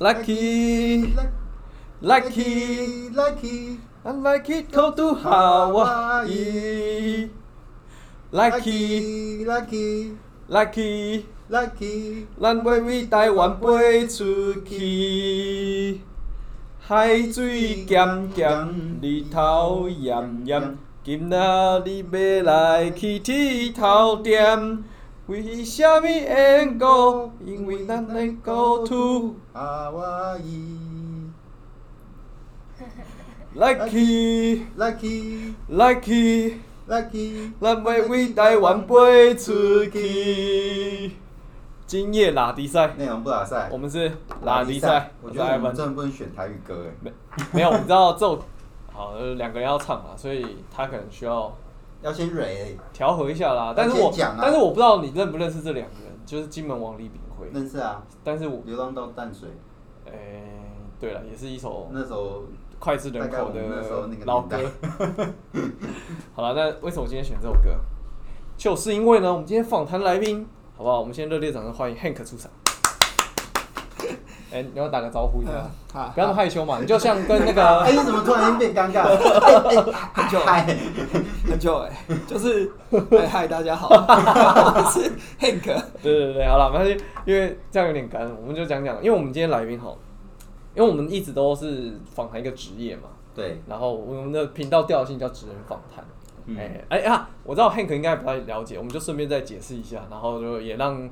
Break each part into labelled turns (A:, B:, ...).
A: Lucky, lucky,
B: lucky
A: I'm lucky go to Hawaii. Lucky,
B: lucky
A: lucky，
B: lucky
A: 咱要为台湾飞出去。海水咸咸，日头炎炎，今仔日要来去剃头店。为什么英国？因为咱来 go to
B: Hawaii
A: lucky
B: lucky
A: lucky。
B: lucky
A: 咱要为台湾飞出去。今夜拉迪赛，
B: 内容不打赛，
A: 我们是拉迪赛，
B: 我觉
A: 是
B: 得
A: 艾文
B: 我们。真的不能选台语歌哎，
A: 没没有，我知道这首好呃两个人要唱啊，所以他可能需要
B: 要先蕊
A: 调和一下啦。但是我
B: 先讲啊
A: 但是我不知道你认不认识这两个人，就是金门王李炳辉。
B: 认识啊，
A: 但是我
B: 流浪到淡水
A: 诶、对了，也是一首
B: 那首
A: 脍炙人口
B: 大概我们那时候那
A: 的
B: 个
A: 老
B: 年
A: 歌
B: 代。
A: 好了，那为什么我今天选这首歌？就是因为呢，我们今天访谈来宾，好不好？我们先热烈掌声欢迎 Hank 出场。 哎、你要打个招呼一
B: 啊
A: 下，
C: 嗯好
A: 不要那么害羞嘛，你就像跟那
B: 哎，
A: 个
B: 你怎么突然间变尴尬？哎哎
C: 很久
B: 嗨，
C: 很久哎、 就是哎嗨大家好， 我是 Hank，
A: 对对对，好了，反正因为这样有点干，我们就讲讲，因为我们今天来宾好，因为我们一直都是访谈一个职业嘛，
B: 对，
A: 然后我们的频道调性叫职人访谈。
B: 嗯
A: 哎哎啊！我知道 Hank 应该不太了解，我们就顺便再解释一下，然后就也让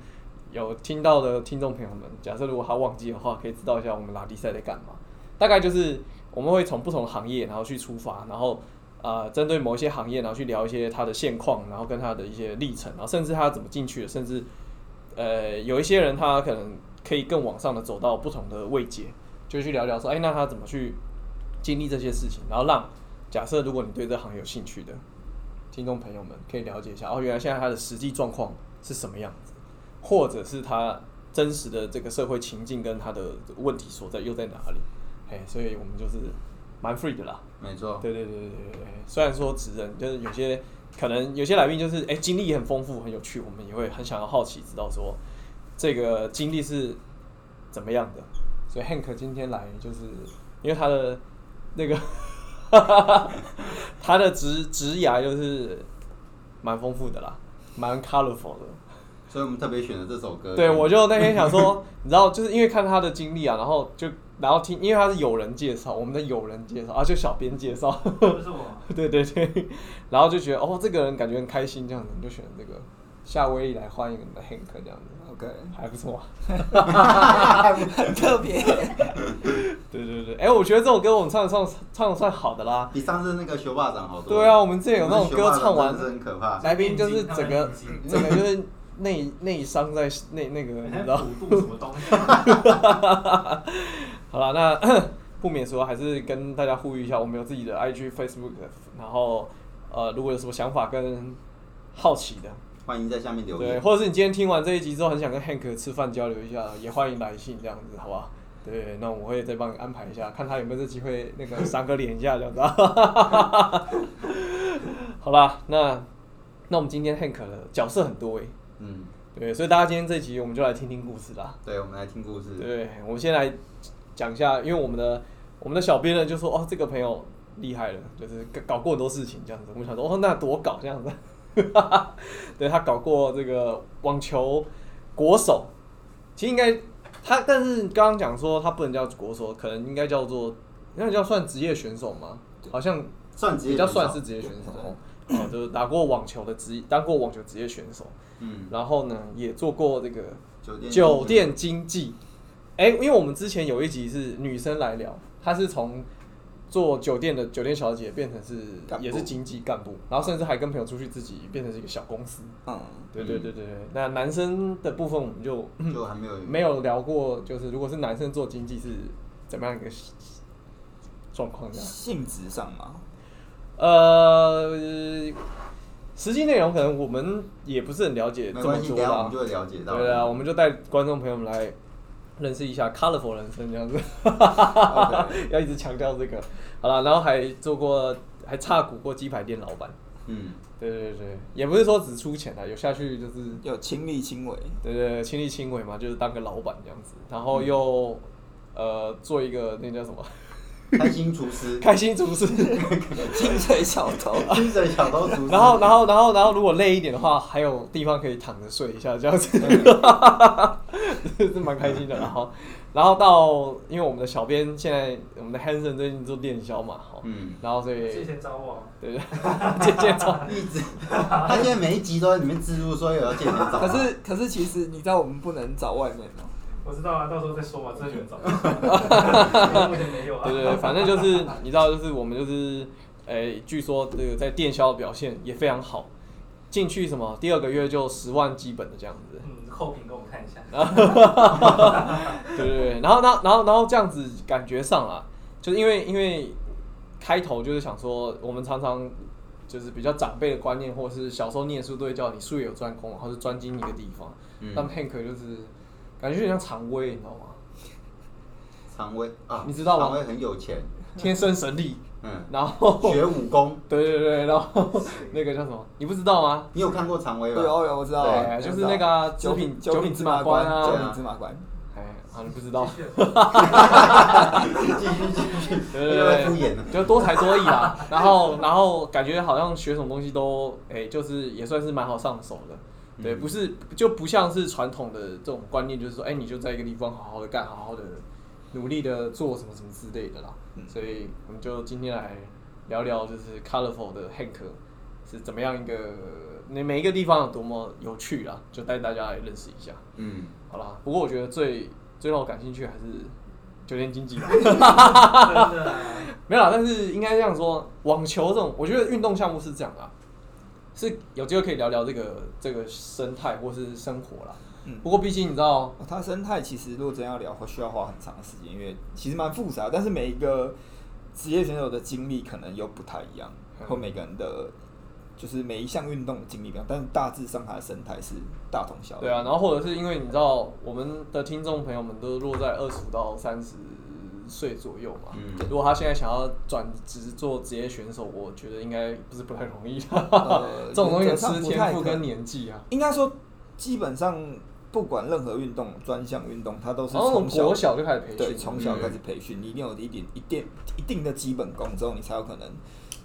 A: 有听到的听众朋友们，假设如果他忘记的话，可以知道一下我们拉力赛在干嘛。大概就是我们会从不同的行业，然后去出发，然后呃，针对某一些行业，然后去聊一些他的现况，然后跟他的一些历程，然后甚至他怎么进去的，甚至呃，有一些人他可能可以更往上的走到不同的位阶，就去聊聊说，哎，那他怎么去经历这些事情，然后让假设如果你对这行有兴趣的听众朋友们可以了解一下，哦，原来现在他的实际状况是什么样子，或者是他真实的这个社会情境跟他的问题所在又在哪里，哎，所以我们就是蛮 free 的啦。
B: 没错，
A: 对对对对对对，虽然说职人就是有些可能有些来宾就是哎、经历很丰富很有趣，我们也会很想要好奇知道说这个经历是怎么样的。所以 Hank 今天来就是因为他的 那个他的职职涯就是蛮丰富的啦，蛮 colorful 的。
B: 所以我们特别选了这首歌。
A: 对，我就那天想说， 你知道，就是因为看他的经历啊，然后就然后听，因为他是友人介绍，我们的友人介绍啊，就小编介绍，
D: 不是我，
A: 对对对，然后就觉得哦，这个人感觉很开心，这样子你就选这个夏威夷来欢迎我们的 Hank 这样子，
C: OK，
A: 还不错、啊。
C: 很特别，
A: 对对对，哎、我觉得这首歌我们唱得上唱得算好的啦。
B: 比上次那个学霸长好多。
A: 对啊，，我们之前有那种歌唱完，
B: 真的很可怕。
A: 来宾就是整个
D: 眼睛
A: 整个就是内内伤在内那个，你
D: 在
A: 知道。
D: 普渡什么东西？
A: 好了，那 不免说，还是跟大家呼吁一下，我们有自己的 IG、Facebook，然后呃，如果有什么想法跟好奇的，
B: 欢迎在下面留
A: 对，
B: 言。
A: 或者是你今天听完这一集之后，很想跟 Hank 吃饭交流一下，也欢迎来信这样子，好吧？对，那我会再帮你安排一下，看他有没有这机会那个赏个脸一下这样子 啊。好啦，那那我们今天 Hank 的角色很多诶、欸
B: 嗯，
A: 对，所以大家今天这集我们就来听听故事啦。
B: 对，我们来听故事。
A: 对，我们先来讲一下，因为我们的我们的小编呢就说哦，这个朋友厉害了，就是搞过很多事情这样子。我们想说哦，那多搞这样子。 对他搞过这个网球国手，其实应该他，但是刚刚讲说他不能叫国手，可能应该叫做那叫算职业选手吗？好像
B: 算职业
A: 比较
B: 选手
A: 算是职业选手哦，哦就是打过网球的职，当过网球职业选手，
B: 嗯，
A: 然后呢也做过这个
B: 酒店
A: 酒店经济。哎、因为我们之前有一集是女生来聊，她是从做酒店的酒店小姐变成是
C: 干部
A: 也是经济干部，然后甚至还跟朋友出去自己变成是一个小公司。
C: 嗯，
A: 对对对对对。那男生的部分我们就
B: 就还没有
A: 没有聊过，就是如果是男生做经济是怎么样一个状况这样。
C: 性质上嘛，
A: 呃，实际内容可能我们也不是很了解
B: 没
A: 这么
B: 关系，
A: 多
B: 等一下我
A: 啦
B: 们就。会了解到。
A: 对啊，我们就带观众朋友们来认识一下 colorful 人生这样子， 要一直强调这个。好了，然后还做过，还差股过鸡排店老板。
B: 嗯，
A: 对对对，也不是说只出钱啊，有下去就是
C: 有亲力亲为，
A: 对对对亲力亲为嘛，就是当个老板这样子，然后又呃做一个那叫什么
B: 开心厨师，
A: 开心厨师，
C: 清水小偷，
B: 精神小偷厨师。
A: 然后然后然后然后如果累一点的话，还有地方可以躺着睡一下，这样子， 是蛮开心的。然后然后到因为我们的小编现在我们的 Hanson 最近做电销嘛，哦，
B: 嗯，
A: 然后所以
D: 谢谢找我，
A: 对， 渐渐超
B: 一直他现在每一集都在里面植入说有要见人找他，
C: 可是可是其实你知道我们不能找外面哦。
D: 我知道啊，到时候再说吧，真的有人找我，目前没有啊。
A: 对对对，反正就是你知道，就是我们就是，诶、据说这个在电销的表现也非常好，进去什么第二个月就十万基本的这样子，
D: 嗯，后评给我们看一下。
A: 对对对，然后然后然后然后这样子感觉上啊，就是因为因为开头就是想说，我们常常就是比较长辈的观念，或者是小时候念书都会叫你术业有专攻，然后是专精一个地方，
B: 嗯
A: 但 Hank 就是感觉就很像常威，你知道 吗？
B: 常威啊，
A: 你知道吗
B: 常威很有钱，
A: 天生神力，
B: 嗯，
A: 然后
B: 学武功，
A: 对对对，然后 那个叫什么？你不知道吗？
B: 你有看过常威
C: 有
B: 吧？
C: 有有，我知道啊，
A: 对哦就是那个啊九品
C: 九
A: 九品
C: 品
A: 芝
C: 芝
A: 麻
C: 麻
A: 官
C: 官
A: 啊
C: 九
B: 对啊
C: 品芝麻官，
A: 哎，啊，你不知道，
B: 继续继续，
A: 对
B: 又在
A: 对
B: 敷
A: 对，
B: 衍了。
A: 就多才多艺啦。然后，然后感觉好像学什么东西都，哎、就是也算是蛮好上手的。对，
B: 嗯
A: 不是就不像是传统的这种观念，就是说，哎、你就在一个地方好好的干，好好的努力的做什么什么之类的啦。
B: 嗯
A: 所以我们就今天来聊聊，就是 Colorful 的 Hank 是怎么样一个，那每一个地方有多么有趣啦，就带大家来认识一下。
B: 嗯，
A: 好啦，不过我觉得最最让我感兴趣还是酒店经济吧。
D: 真的啊，
A: 没有啦，但是应该这样说，网球这种，我觉得运动项目是这样啊，是有机会可以聊聊这个这个生态或是生活啦。
C: 嗯
A: 不过毕竟你知道，
C: 哦它生态其实如果真要聊，需要花很长的时间，因为其实蛮复杂，但是每一个职业选手的经历可能又不太一样，
A: 嗯
C: 或每个人的就是每一项运动的经历不一样，但是大致上它的生态是大同小异。
A: 对啊，然后或者是因为你知道，我们的听众朋友们都落在二十到三十岁左右嘛。
B: 嗯
A: 如果他现在想要转职做职业选手，我觉得应该不是不太容易的。
C: 呃
A: 这种东西
C: 原则上
A: 吃
C: 不
A: 天
C: 太
A: 赋
C: 可
A: 跟
C: 能
A: 年纪啊。
C: 应该说基本上不管任何运动，专项运动它都是
A: 然后我
C: 从
A: 们哦国小就开始培训嗯
C: 对，
A: 了
C: 从小开始培训，你一定有一点一定一定的基本功之后，你才有可能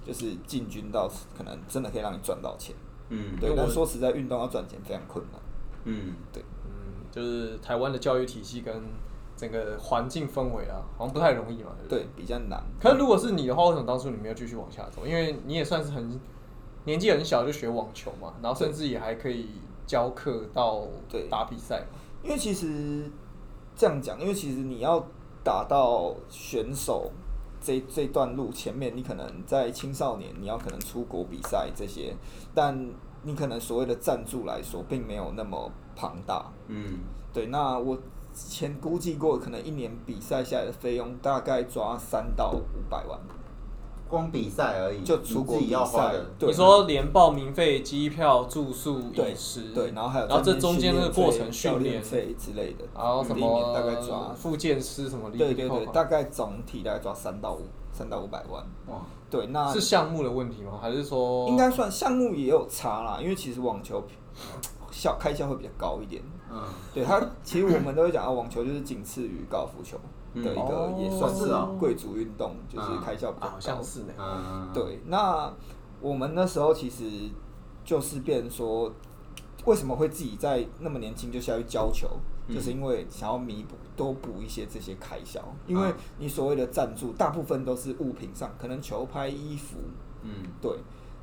C: 就是进军到可能真的可以让你赚到钱。
B: 嗯
C: 对
A: 我，
C: 但说实在，运动要赚钱非常困难。
B: 嗯，
C: 对，
A: 嗯，就是台湾的教育体系跟整个环境氛围啊，好像不太容易嘛，对不对？
C: 对，比较难。
A: 可是如果是你的话，为什么当初你没有继续往下走？因为你也算是很年纪很小就学网球嘛，然后甚至也还可以教课到
C: 对
A: 打比赛嘛。
C: 因为其实这样讲，因为其实你要打到选手这这段路前面，你可能在青少年你要可能出国比赛这些，但你可能所谓的赞助来说，并没有那么庞大。
B: 嗯，
C: 对，那我之前估计过，可能一年比赛下来的费用大概抓三到五百万。
B: 光比赛而已，
C: 就出国
B: 你自己要花的
C: 比赛，对
A: 你说连报名费、机票、住宿、
C: 对
A: 饮食，
C: 对，然后还有
A: 然后
C: 在
A: 这中间
C: 训
A: 这
C: 练
A: 个过
C: 费
A: 程
C: 教
A: 训
C: 练
A: 练，
C: 费之类的，
A: 然后什
C: 一年大概
A: 么
C: 抓
A: 复健师什么，
C: 对对对，大概总体大概抓三到五三到五百万。
B: 哇，
C: 对，那
A: 是项哦目的问题吗？还是说
C: 应该算项目也有差啦，因为其实网球呃效开销会比较高一点。
B: 嗯，
C: 对它，其实我们都会讲啊，网球就是仅次于高尔夫球的
B: 嗯
C: 一个，也
A: 哦
C: 算
B: 是
C: 是
B: 哦
C: 贵族运动，就是
B: 嗯
C: 开销比较
A: 啊
C: 高。
A: 好像是呢？
B: 嗯，
C: 对，那我们那时候其实就是变成说，为什么会自己在那么年轻就下去教球，
B: 嗯
C: 就是因为想要弥补多补一些这些开销，因
B: 啊
C: 为你所谓的赞助大部分都是物品上，可能球拍、衣服，
B: 嗯，
C: 对，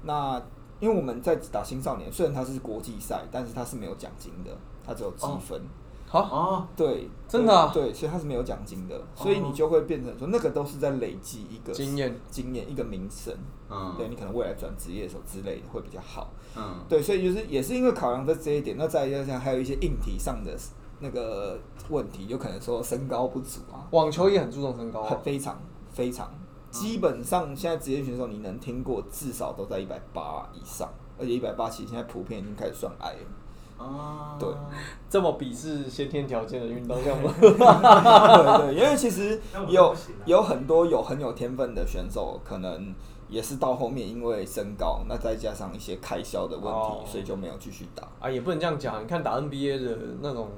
C: 那。因为我们在打青少年，虽然它是国际赛，但是它是没有奖金的，它只有积
A: 哦
C: 分。
A: 好，
B: 哦，
C: 对，
A: 真的啊
C: 对，所以它是没有奖金的，所以
B: 哦
C: 你就会变成说，那个都是在累积一个
A: 经验
C: 经验一个名声。
B: 嗯，
C: 对你可能未来转职业的时候之类的会比较好。
B: 嗯，
C: 对，所以就是也是因为考量在这一点，那再加上还有一些硬体上的那个问题，有可能说身高不足啊，
A: 网球也很注重身 高啊
C: 很。非常非常，
A: 嗯
C: 基本上现在职业选手你能听过至少都在一百八以上，而且一百八其实现在普遍已经开始算矮了。
B: 哦，
C: 对
A: 这么鄙视先天条件的运动 项目，
C: 对对，因为其实
D: 那我们
C: 有
D: 不行啊
C: 有很多有很有天分的选手，可能也是到后面因为身高，那再加上一些开销的问题，
A: 哦
C: 所以就没有继续打。
A: 啊，也不能这样讲。你看打 NBA 的那种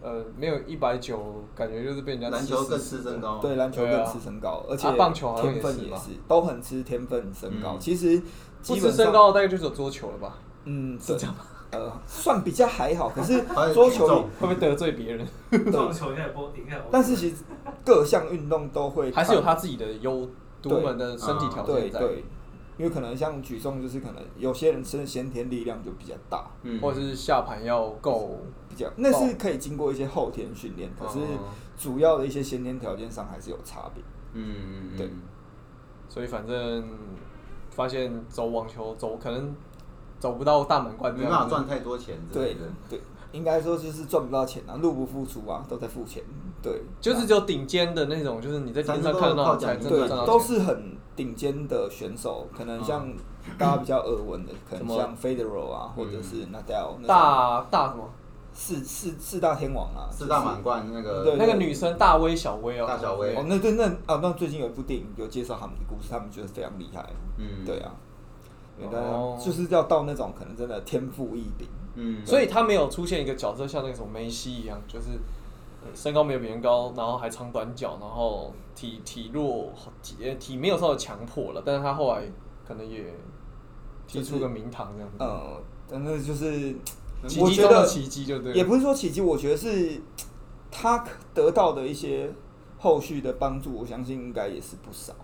A: 呃，没有一百九，感觉就是被人家
B: 篮
A: 吃
B: 球更
A: 死
B: 吃
A: 死的
B: 身高，
C: 对，篮球
A: 对
C: 更
A: 啊
C: 吃身高，而
A: 啊
C: 且
A: 棒球好像也
C: 天分
A: 是
C: 也
A: 吧
C: 是，都很吃天分身高。
B: 嗯
C: 其实
A: 不
C: 基
A: 吃
C: 本
A: 身
C: 上，
A: 高的大概就是有桌球了吧？
C: 嗯，
A: 是
C: 对
A: 这样吗？
C: 呃，算比较还好，可是
B: 还有
C: 桌
B: 体
C: 球
B: 重
C: 里，
A: 会不会得罪别 人？
D: 撞球应该也不应该也 OK，
C: 但是其实各项运动都会看，
A: 还是有他自己的优独门的身体条
C: 对
A: 件在，
C: 对，因为可能像举重，就是可能有些人真的先天力量就比较大，
B: 嗯，
A: 或者是下盘要够。
C: 比较那是可以经过一些后天训练，可是
A: 哦
C: 主要的一些先天条件上还是有差别。
B: 嗯嗯
C: 对
B: 嗯
A: 所以反正发现走网球走可能走不到大满贯这
B: 没
A: 样子，
B: 办法赚太多钱之类
C: 对
B: 的，
C: 对，应该说就是赚不到钱啊，入不敷出啊，都在付钱。对，啊
A: 就是只有顶尖的那种，就是你在电视上
B: 咱
A: 看
B: 都靠
A: 到
B: 奖
A: 才
B: 金
A: 真
C: 对
A: 的赚到，
C: 都
A: 钱
C: 是很顶尖的选手，可能像大家比较耳闻的，可
A: 什
C: 能
A: 么
C: 像 Federer 啊，或者是 Nadal 那种
A: 大大什么？
C: 四四四大天王啊，
B: 四大
C: 就是
B: 满贯那个
C: 对
A: 那个女生大威小威哦，
B: 大小威
C: 哦，那对那啊，那最近有一部电影有介绍他们的故事，他们觉得非常厉害。
B: 嗯
C: 对啊，对，但
A: 哦
C: 就是要到那种可能真的天赋异禀。
B: 嗯，
A: 所以他没有出现一个角色像那种梅西一样，就是呃身高没有别人高，然后还长短脚，然后体体弱体呃体没有稍微强迫了，但是他后来可能也踢出个名堂这样子，
C: 呃，但是就是
A: 奇
C: 我
A: 迹
C: 觉
A: 中的
C: 得
A: 奇迹就对了，
C: 也不是说奇迹，我觉得是他得到的一些后续的帮助，我相信应该也是不少。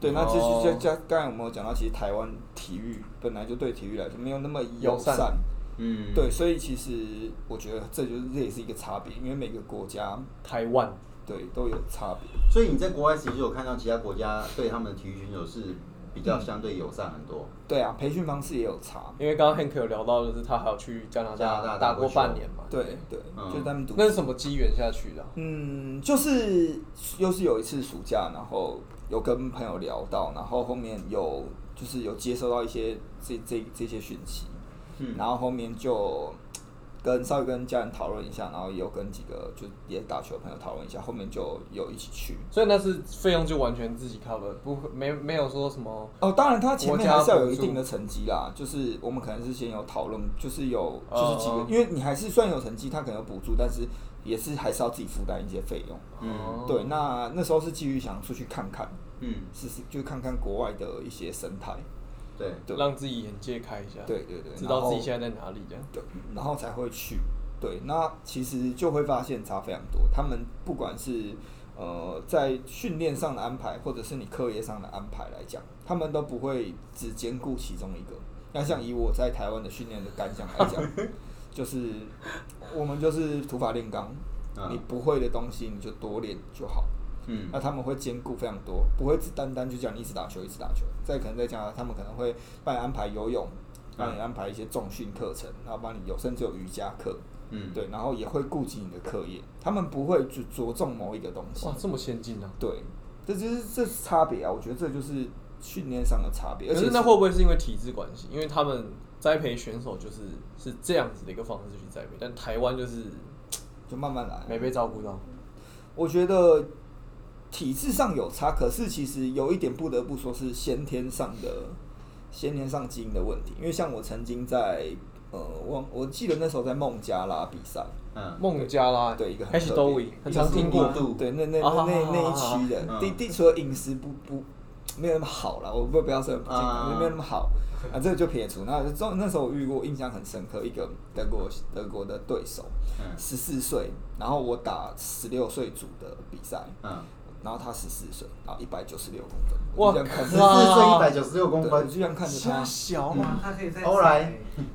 C: 对，那就是
A: 哦
C: 加加刚才我们有讲到，其实台湾体育本来就对体育来说没有那么
A: 友
C: 友
A: 善
C: 善，
B: 嗯
C: 对，所以其实我觉得这就是这也是一个差别，因为每个国家
A: 台湾
C: 对都有差别。
B: 所以你在国外其实有看到其他国家对他们的体育选手是比
C: 嗯
B: 较相对友善很多。
C: 对啊，培训方式也有差。
A: 因为刚刚 Hank 有聊到，就是他还有去加拿
B: 加拿大
A: 打
B: 打
A: 过
B: 过
A: 半
B: 球
A: 年嘛，
C: 对对，
B: 嗯
C: 就是他们读。
A: 那是什么机缘下去的啊、
C: 嗯，就是又是有一次暑假，然后有跟朋友聊到，然后后面有就是有接收到一些这这这些讯息，
B: 嗯
C: 然后后面就跟稍微跟家人讨论一下，然后也有跟几个就也打球的朋友讨论一下，后面就有一起去。
A: 所以那是费用就完全自己 cover，不没没有说什么
C: 哦，当然，他前面还是要有
A: 国
C: 一
A: 家补助
C: 定的成绩啦。就是我们可能是先有讨论，就是有就是几个，
A: 哦
C: 因为你还是算有成绩，他可能有补助，但是也是还是要自己负担一些费用。
A: 哦
B: 嗯
C: 对，那那时候是基于想出去看看，
B: 嗯，
C: 试试就看看国外的一些生态。
B: 对，
C: 对
A: 让自己眼界开一下，
C: 对对对，
A: 知道自己
C: 然
A: 现在在哪里这样。
C: 后对，然后才会去。对，那其实就会发现差非常多。他们不管是呃在训练上的安排，或者是你课业上的安排来讲，他们都不会只兼顾其中一个。那像以我在台湾的训练的感想来讲，就是我们就是土法炼钢，
B: 嗯
C: 你不会的东西你就多练就好。
B: 嗯
C: 那他们会兼顾非常多，不会只单单就叫你一直打球，一直打球。再可能再加上他们可能会帮你安排游泳，帮你安排一些重训课程，然后帮你有甚至有瑜伽课，
B: 嗯，
C: 对，然后也会顾及你的课业。他们不会只着重某一个东西
A: 哇，，这么先进啊！
C: 对，这就是这是差别啊！我觉得这就是训练上的差别，而
A: 可
C: 且
A: 是那
C: 是
A: 会不会是因为体制关系？因为他们栽培选手就是是这样子的一个方式去栽培，但台湾就是
C: 就慢慢来啊，
A: 没被照顾到。
C: 嗯我觉得体制上有差，可是其实有一点不得不说是先天上的先天上基因的问题。因为像我曾经在呃，忘我记得那时候在孟加拉比赛，啊
B: 嗯，
A: 孟加拉
C: 对一个很
A: 开始都
C: 特别
A: 很常听过
B: 印。度
C: 对，那那
A: 啊
C: 那
A: 好
C: 那那
A: 好
C: 一
A: 好
C: 区的
B: 好
C: 地
B: 嗯
C: 地除了饮食不不没有那么好了，我不不要说很不健康，
B: 啊
C: 没有那么好啊，这个就撇除。那中那时候我遇过印象很深刻一个德国德国的对手，
B: 嗯
C: 十四岁，然后我打十六岁组的比赛，
B: 嗯，
C: 然后他十四岁，然后一百九十六公分，
A: 哇
C: 我就这样
A: 靠
B: 十四岁一百
C: 看着他，
B: 九十六公
C: 对我
B: 分
C: 就，这样看着他，
A: 小
D: 哇，？他可以在
B: Alright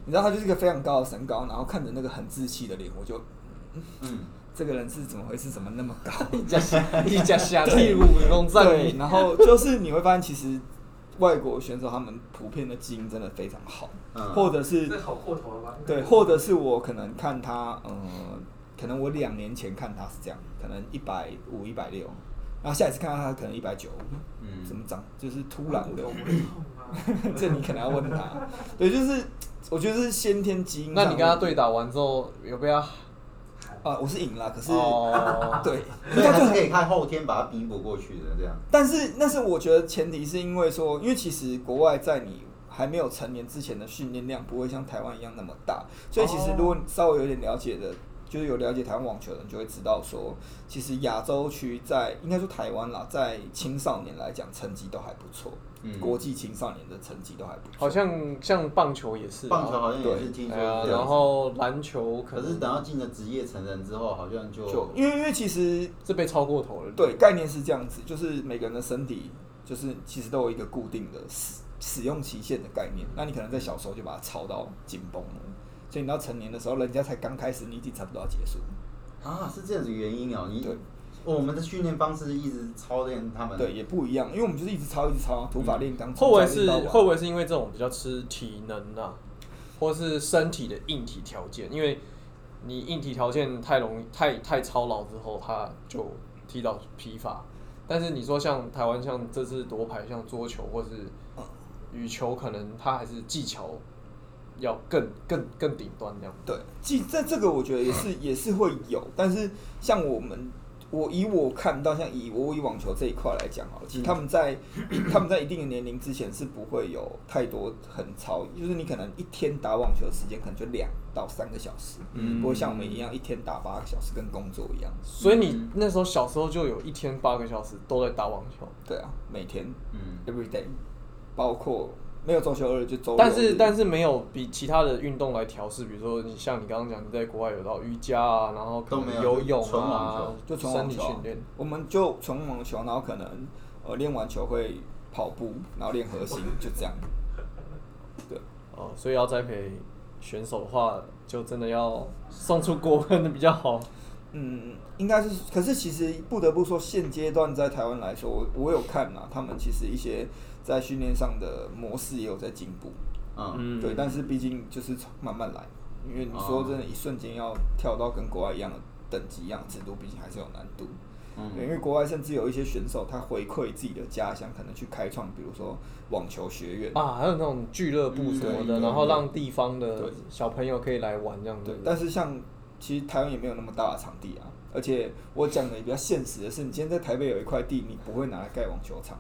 C: 你知道他就是一个非常高的身高，然后看着那个很稚气的脸，我就
B: 嗯，
C: 这个人是怎么回事，怎么那么 高？
A: 一家一家小屁股公站
C: 对，然后就是你会发现，其实外国选手他们普遍的基因真的非常好，
B: 嗯
C: 或者是
D: 这好过头了吧？
C: 对，或者是我可能看他，呃，可能我两年前看他是这样，可能一百五、一百六，然后下一次看到他可能一百九，
B: 嗯
C: 怎么长，就是突然的
D: 我，不痛啊
C: 这你可能要问他，对，就是我觉得是先天基因上
A: 那
C: 的问题。
A: 你跟他对打完之后，有被他
C: 啊，我是赢了，可是、
A: 哦，
C: 对，
B: 所
C: 应
B: 以
C: 该
B: 还
C: 就是很
B: 可以看后天把它弥补过去的这样。
C: 但是，但是我觉得前提是因为说，因为其实国外在你还没有成年之前的训练量不会像台湾一样那么大，所以其实如果你稍微有点了解的就是有了解台湾网球的人就会知道说，其实亚洲区在应该说台湾啦，在青少年来讲成绩都还不错，
B: 嗯
C: 国际青少年的成绩都还不错。
A: 好像像棒球也是啊，
B: 棒球好像也是听
A: 对
B: 说是这
A: 啊
B: 样，子
A: 然后篮球可
B: 可
A: 能
B: 是等到进了职业成人之后，好像就
C: 就因为因为其实
A: 是被超过头了。
C: 对，概念是这样子，就是每个人的身体就是其实都有一个固定的使使用期限的概念。那你可能在小时候就把它操到紧绷了，所以你到成年的时候，人家才刚开始，你已经差不多要结束了。
B: 啊，是这样子原因哦、你
C: 对
B: 我们的训练方式一直操练他们，
C: 对，，也不一样，因为我们就是一直操，一直操，啊土法炼钢，
A: 会不
C: 从
A: 会
C: 早
A: 是
C: 练到晚
A: 会不会是因为这种比较吃体能啊，或是身体的硬体条件？因为你硬体条件太容易太太操劳之后，它就踢到疲乏。但是你说像台湾像这次夺牌，像桌球或是羽球，可能它还是技巧要更更更顶端这样。
C: 对，其实这这个我觉得也是也是会有，但是像我们，我以我看到像以我以网球这一块来讲好了，其实他们在、他们在一定的年龄之前是不会有太多很超，就是你可能一天打网球的时间可能就两到三个小时，
B: 嗯
C: 不会像我们一样一天打八个小时跟工作一样。
A: 所以你那时候小时候就有一天八个小时都在打网球，
C: 对啊，每天
B: 嗯，
C: every day，包括没有周休二日就周六日，
A: 但是但是没有比其他的运动来调试，比如说你像你刚刚讲，你在国外有到瑜伽啊，然后可
B: 都没
A: 能
B: 有
A: 游泳
B: 纯网
A: 啊
B: 球，
C: 就纯
A: 身
C: 网
A: 体
C: 球
A: 训
C: 啊
A: 练。，
C: 我们就纯网球，然后可能呃练完球会跑步，然后练核 心，就这样。对，
A: 哦，所以要栽培选手的话，就真的要送出国门的比较好。
C: 嗯，应该是，可是其实不得不说，现阶段在台湾来说，我我有看啦，他们其实一些在训练上的模式也有在进步。
B: 嗯，
A: 嗯，
C: 对，但是毕竟就是从慢慢来，因为你说真的，一瞬间要跳到跟国外一样的等级、一样的制度，毕竟还是有难度。
B: 嗯
C: 对因为国外甚至有一些选手，他回馈自己的家乡，可能去开创，比如说网球学院。
A: 啊，还有那种俱乐部什么
C: 嗯
A: 的，
C: 对
A: 然后
C: 对
A: 让地方的
C: 对
A: 小朋友可以来玩这样
C: 对
A: 子，。
C: 但是像其实台湾也没有那么大的场地啊，而且我讲的也比较现实的是，你今天在台北有一块地，你不会拿来盖网球场。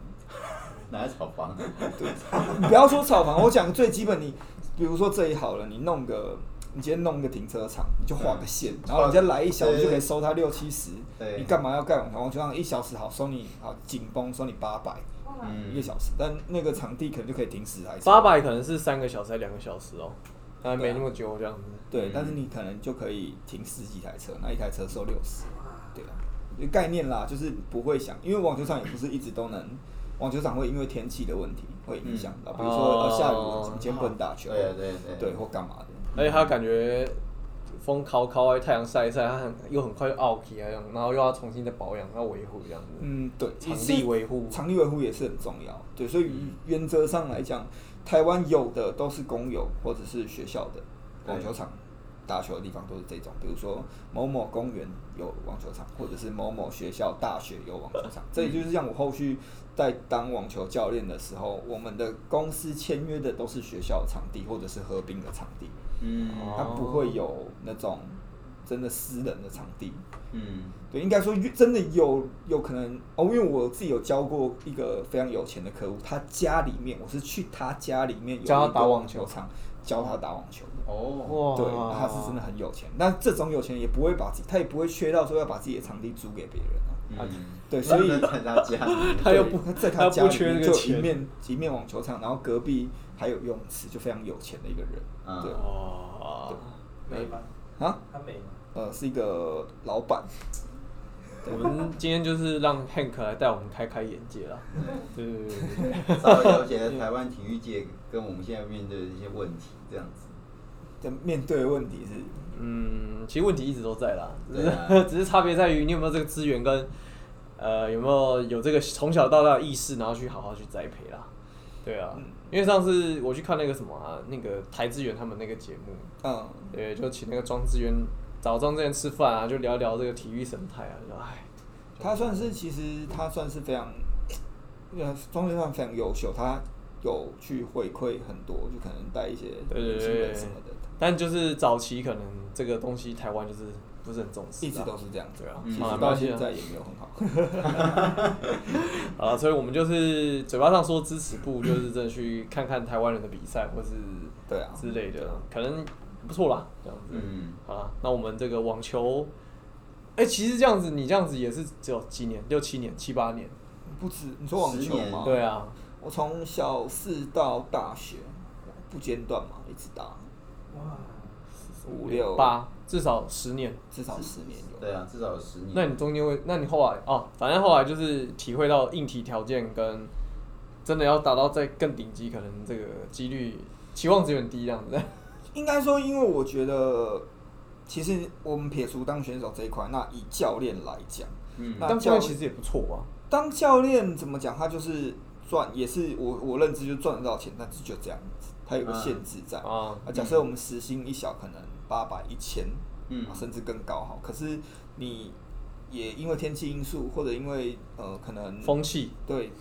B: 拿来炒房，
A: 嗯
C: 你不要说炒房，我讲最基本你，比如说这里好了，你弄个，你今天弄个停车场，你就画个线，然后人家来一小时就可以收他六七十
B: 嗯对，
C: 你干嘛要盖网球？网球场一小时好收你好紧绷收你八百，一个
B: 嗯，
C: 小时，但那个场地可能就可以停十台车。
A: 八百可能是三个小时还两个小时哦，还没那么久这样子。
C: 对，但是你可能就可以停十几台车，那一台车收六十，对啊，就概念啦，就是不会想，因为网球场也不是一直都能，网球场会因为天气的问题会影响到，比如说、呃下
A: 哦
C: 雨，你今天不能打球，
B: 对啊对对
C: 对，或干嘛的，
A: 而且他感觉风烤烤啊，太阳晒一晒，他很又很快就 out 起来这样，然后又要重新再保养，要维护这样子。
C: 嗯，对，
A: 场
C: 也是
A: 地维护
C: 场地维护也是很重要，对，所以原则上来讲，台湾有的都是公有或者是学校的
B: 对
C: 网球场。打球的地方都是这种，比如说某某公园有网球场，或者是某某学校、大学有网球场。这也就是像我后续在当网球教练的时候，我们的公司签约的都是学校的场地或者是合并的场地，
B: 嗯
A: 哦
C: 它不会有那种真的私人的场地。
B: 嗯
C: 对，应该说越真的有有可能哦，因为我自己有教过一个非常有钱的客户，他家里面我是去他家里面有
A: 教他
C: 一个
A: 打网
C: 网
A: 球
C: 球场，教他打网球的。
B: 哦，
A: 哇，
C: 对，他是真的很有钱，但这种有钱也不会把自己，他也不会缺到说要把自己的场地租给别人啊。
B: 嗯，
C: 对所以
B: 那在他家里面，
A: 他又
C: 对
A: 不
C: 他在
A: 他
C: 家
A: 不
C: 里
A: 缺
C: 面
A: 这个
C: 就一
A: 钱
C: 面一面网球场，然后隔壁还有游泳池，就非常有钱的一个人。
B: 嗯
C: 对
A: 哦哇，
D: 美吗？
C: 啊，
D: 他美吗？
C: 呃，是一个老板，
A: 我们今天就是让 Hank 来带我们开开眼界啦。对对对对对，
B: 稍微了解 了台湾体育界跟我们现在面对的一些问题，这样子，
C: 在面对的问题是，
A: 嗯，其实问题一直都在啦，只是、
B: 对啊
A: 只是差别在于你有没有这个资源跟呃有没有有这个从小到大的意识，然后去好好去栽培啦。对啊，因为上次我去看那个什么啊，那个台资源他们那个节目，
C: 嗯，
A: 对，就请那个庄志渊，找庄志渊吃饭啊，就聊聊这个体育生态啊，就哎，
C: 他算是其实他算是非常，呃，庄学上非常优秀，他有去回馈很多，就可能带一些
A: 对对
C: 年轻
A: 对
C: 人
A: 对
C: 什么的，
A: 但就是早期可能这个东西台湾就是不是很重视啊，
C: 一直都是这样子
A: 对啊
C: 其实
A: 好啦没
C: 到
A: 关系啊
C: 现在也 没有很好。
A: 啊，所以我们就是嘴巴上说支持部，就是真的去看看台湾人的比赛或是
C: 对啊
A: 之类的，可能不错啦，这样子。
B: 嗯，
A: 好啦，那我们这个网球，哎、其实这样子，你这样子也是只有几年，六七年、七八年，
C: 不止你说网
B: 十
C: 球
B: 年
C: 吗？
A: 对啊，
C: 我从小四到大学不间断嘛，一直打，
D: 哇，
C: 五六
A: 八，至少十年。
C: 至少十年有。
B: 对啊，至少有十
C: 嗯
B: 年。
A: 那你中间会，那你后来哦，反正后来就是体会到硬体条件跟真的要达到再更顶级，可能这个几率期望值有点低这样子。
C: 应该说，因为我觉得，其实我们撇除当选手这一块，那以教练来讲，
B: 嗯
C: 那
A: 当教练
C: 教
A: 其实也不错啊吧？
C: 当教练怎么讲，他就是赚，也是我我认知就赚得到钱，但是就这样子，他有个限制在。
A: 啊，
C: 啊，假设我们时薪一小可能八百、一千，
B: 嗯
C: 啊甚至更高好。可是你也因为天气因素，或者因为呃可能
A: 风气
C: 对，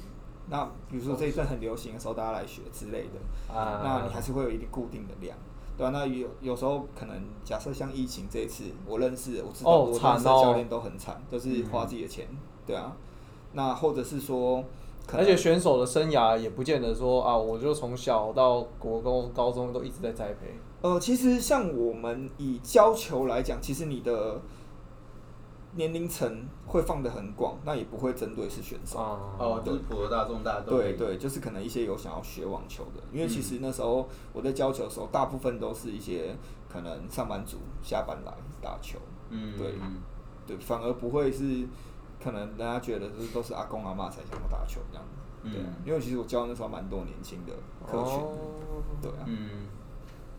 C: 那比如说这一段很流行的时候，大家来学之类的，
A: 啊
C: 那你还是会有一定固定的量。对啊，那有有时候可能假设像疫情这一次，我认识我知道
A: 哦
C: 我认
A: 惨
C: 识的
A: 哦嗯
C: 教练都很惨，都是花自己的钱，对啊。那或者是说，可
A: 而
C: 能
A: 且选手的生涯也不见得说啊，我就从小到国高高中都一直在栽培。
C: 呃，其实像我们以教球来讲，其实你的年龄层会放得很广，那也不会针对是选手。
A: 啊，
B: 哦，就是普罗大众大家都可
C: 对
B: 以嗯
C: 对，就是可能一些有想要学网球的，因为其实那时候我在教球的时候，大部分都是一些可能上班族下班来打球，
B: 嗯，
C: 对
B: 嗯
C: 对，反而不会是可能人家觉得就是都是阿公阿妈才想要打球这样，对啊、
B: 嗯
C: 因为其实我教那时候蛮多年轻的客群，
A: 哦
C: 对啊，
B: 嗯，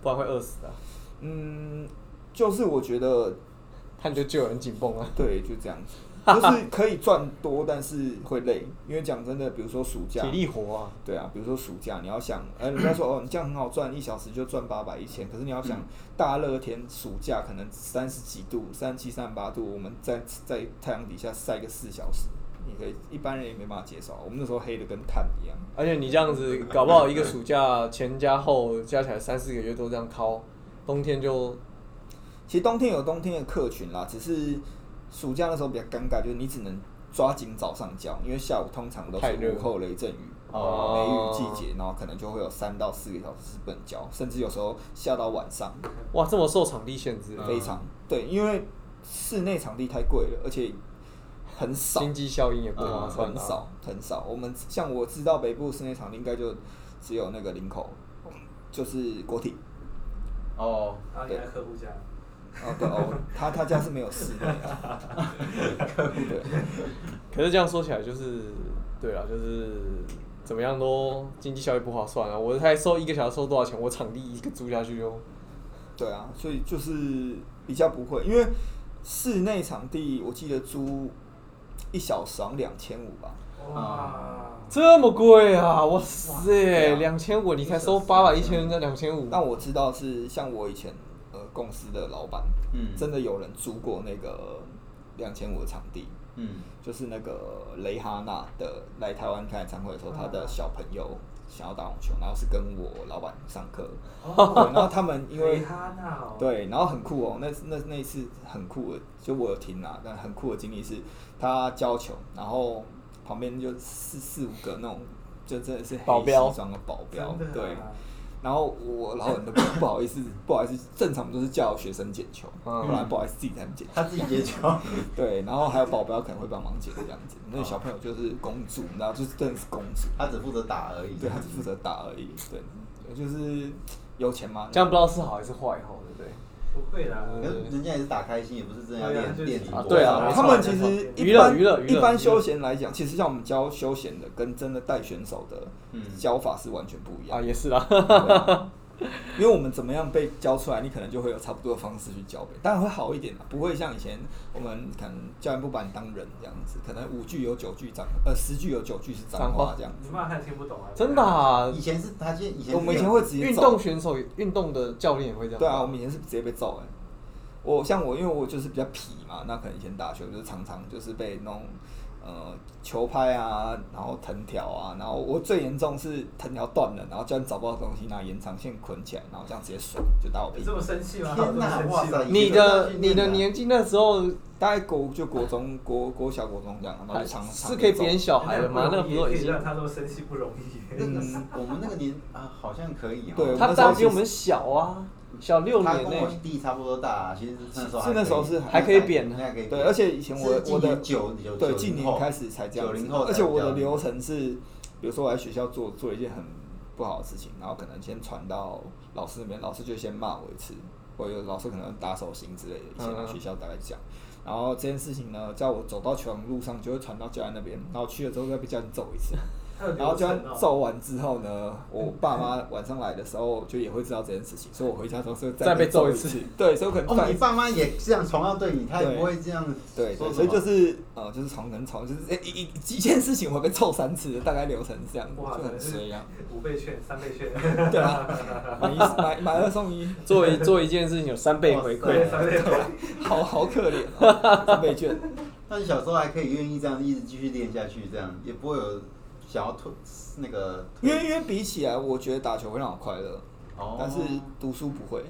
A: 不然会饿死的啊。
C: 嗯，就是我觉得
A: 看就就有人紧绷啊。
C: 对，就这样 子，就是可以赚多，但是会累，因为讲真的，比如说暑假
A: 体，力活啊，
C: 对啊，比如说暑假你要想，呃，人家说哦，你这样很好赚，一小时就赚八百一千，可是你要
A: 嗯
C: 想，大热天暑假可能三十几度，三七三八度，我们在在太阳底下晒个四小时，你可以一般人也没办法接受，啊我们那时候黑的跟炭一样。
A: 而且你这样子，搞不好一个暑假前加后加起来三四个月都这样敲，冬天就
C: 其实冬天有冬天的客群啦，只是暑假的时候比较尴尬，就是你只能抓紧早上教，因为下午通常都
A: 太
C: 是
A: 热
C: 午后雷阵雨、
A: 哦
C: 梅雨季节，然后可能就会有三到四个小时是不能教，甚至有时候下到晚上，
A: 哇这么受场地限制，
C: 非常、对，因为室内场地太贵了，而且很少，
A: 经济效应也不划算、啊
C: 嗯很少很少。我们像我知道北部室内场地应该就只有那个林口，就是国体。
B: 哦，
D: 然后你来客户家，
C: 哦，对哦，他他家是没有室内的，对。
A: 可是这样说起来就是，对啊，就是怎么样都经济效益不划算啊！我才收一个小时收多少钱，我场地一个租下去就
C: 对啊，所以就是比较不会，因为室内场地我记得租一小时好像两千五吧，
D: 哇，
A: 这么贵啊！哇塞，
C: 对
A: 两千五你才收八百一千，人家两千五，
C: 但我知道是像我以前呃公司的老板，
B: 嗯
C: 真的有人租过那个两千五的场地，
B: 嗯，
C: 就是那个雷哈娜的来台湾开演唱会的时候，他的小朋友想要打网球，然后是跟我老板上课，对，然后他们因为
D: 维哈纳哦，
C: 对，然后很酷哦，那那那一次很酷的，就我有听啦，但很酷的经历是，他教球，然后旁边就四四五个那种，就真的是
A: 保镖
C: 黑西装的保镖，
D: 真的啊
C: 对。然后我老板都不不好意思，不好意思，正常都是叫学生捡球，
A: 嗯
C: 后来不好意思自己在那边捡，
B: 他自己接球，
C: 对，然后还有保镖可能会帮忙捡这样子。
A: 嗯
C: 那个小朋友就是公主，你知道，就是真的是公主，
B: 他只负责打而已。
C: 啊对，他只负责打而已，对，就是有钱嘛，
A: 这样不知道是好还是坏哈，对不对？
D: 不会啦，
B: 可是人家也是打开心，也不是真的要
D: 对啊
B: 练
D: 就是
B: 练什么
A: 啊对啊
B: 多少
A: 没
C: 他
A: 错
C: 们
A: 没
C: 其
A: 错
C: 实
A: 娱
C: 一
A: 乐
C: 般
A: 娱乐娱乐
C: 一般休闲来讲，其实像我们教休闲的，跟真的带选手的
B: 嗯
C: 教法是完全不一
A: 啊，
C: 样。
A: 也是啦，
C: 对啊 因为我们怎么样被教出来，你可能就会有差不多的方式去教呗，当然会好一点啦，不会像以前我们可能教练不把你当人这样子，可能五句有九句脏，呃，十句有九句是脏
A: 脏话
C: 话 这样子。
D: 你妈还听不懂啊，
A: 真的、 啊
B: 以，前是他现以前
C: 我们以前会直接
A: 运
C: 揍
A: 动选手、运动的教练也会这样。
C: 对啊，我们以前是直接被揍哎、我像我，因为我就是比较痞嘛，那可能以前打球就是常常就是被那种呃球拍啊，然后藤条啊，然后我最严重是藤条断了，然后教练找不到东西，拿延长线捆起来，然后这样直接甩就打我屁
D: 你
C: 股
D: 这。么生气吗？
B: 天哪
D: 哪，
B: 哇塞
A: 你的你的
B: 以前都是这样训练的啊
A: 年纪那时候
C: 大概国就国中国国小国中这样，然后
A: 还
C: 就常常
A: 是可以
C: 被揍
A: 扁小孩的吗？那
D: 那
A: 不是已
D: 可以
A: 经嗯
D: 让他这么生气不容易。
B: 嗯那个是我们那个年啊，好像可以哦。
C: 嗯对
A: 他
C: 那时候
A: 大比
C: 其实
A: 我们小啊，小六
B: 他
A: 年
B: 跟
A: 内、
B: 我弟差不多大、啊，其实那时候
C: 是那时候是
A: 还可以扁
B: 还可以
C: 对，而且以前我我的
B: 九九
C: 对近年开始才这样
B: 九
C: 子
B: 零后，才
C: 而且我的
B: 这样
C: 流程是，比如说我在学校做做一件很不好的事情，然后可能先传到老师那边，老师就先骂我一次，或者老师可能打手心之类的，以前
A: 嗯
C: 在
A: 嗯
C: 学校大概讲。然后这件事情呢，在我走到球场路上就会传到教练那边，然后去了之后再被教练揍一次，然后教练
D: 哦
C: 揍完之后呢，我爸妈晚上来的时候就也会知道这件事情，所以我回家之后是
A: 再
C: 被
A: 被揍
C: 揍
A: 一次
C: 次， 对，所以我可能
B: 哦，
C: 再
B: 你爸妈也这样同样对你，他也不会这样
C: 对，
B: 说
C: 对
B: 什
C: 所以
B: 么
C: 就是呃，就是从跟从，就是诶一一一件事情我被凑三次的，大概流程是这样，子，
D: 哇
C: 就很衰啊。
D: 五倍券、三倍券，
C: 对啊，买一买买二送一，
A: 做一做一件事情有三倍回
B: 哇
A: 馈
B: 塞，
D: 三倍券。
C: 好好可怜啊，三倍券。
B: 但是小时候还可以愿意这样一直继续练下去，这样也不会有想要退那个退
C: 因为因为比起来，我觉得打球会让我快乐，
B: 哦
C: 但是读书不会。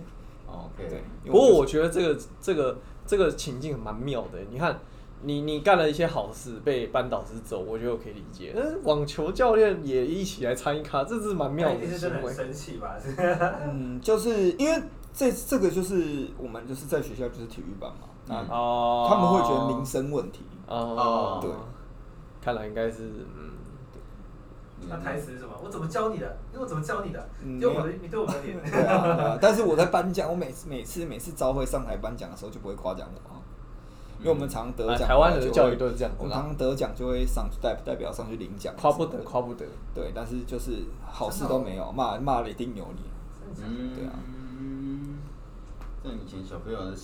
B: 哦
C: 对
B: OK，，
A: 不过我觉得这个这个这个情境蛮妙的。你看，你你干了一些好事，被班导师走，我觉得我可以理解。但是网球教练也一起来参与咖，这是蛮妙
D: 他一定
A: 的
D: 哎是真的
A: 行为
D: 很。生气吧？
C: 嗯，就是因为这这个就是我们就是在学校就是体育班嘛，那
B: 嗯
A: 哦
C: 他们会觉得民生问题。
A: 哦，
C: 对，
A: 看来应该是嗯，
D: 那台词是什么？我怎么教你的？因为我怎么教你的
C: 嗯？
D: 就我的
C: 没，
D: 你对我的脸。
C: 对 啊，对啊但是我在颁奖，我每次每次每次招会上台颁奖的时候，就不会夸奖我啊，因为我们常得
A: 啊
C: 奖、
A: 台湾人
C: 人
A: 的教育都是这样子啦
C: 我们常得奖就会上代代表上去领奖，
A: 夸不得，夸不得。
C: 对，但是就是好事都没有，骂骂了一定有你，
B: 嗯
C: 对啊
B: 像以前小朋友的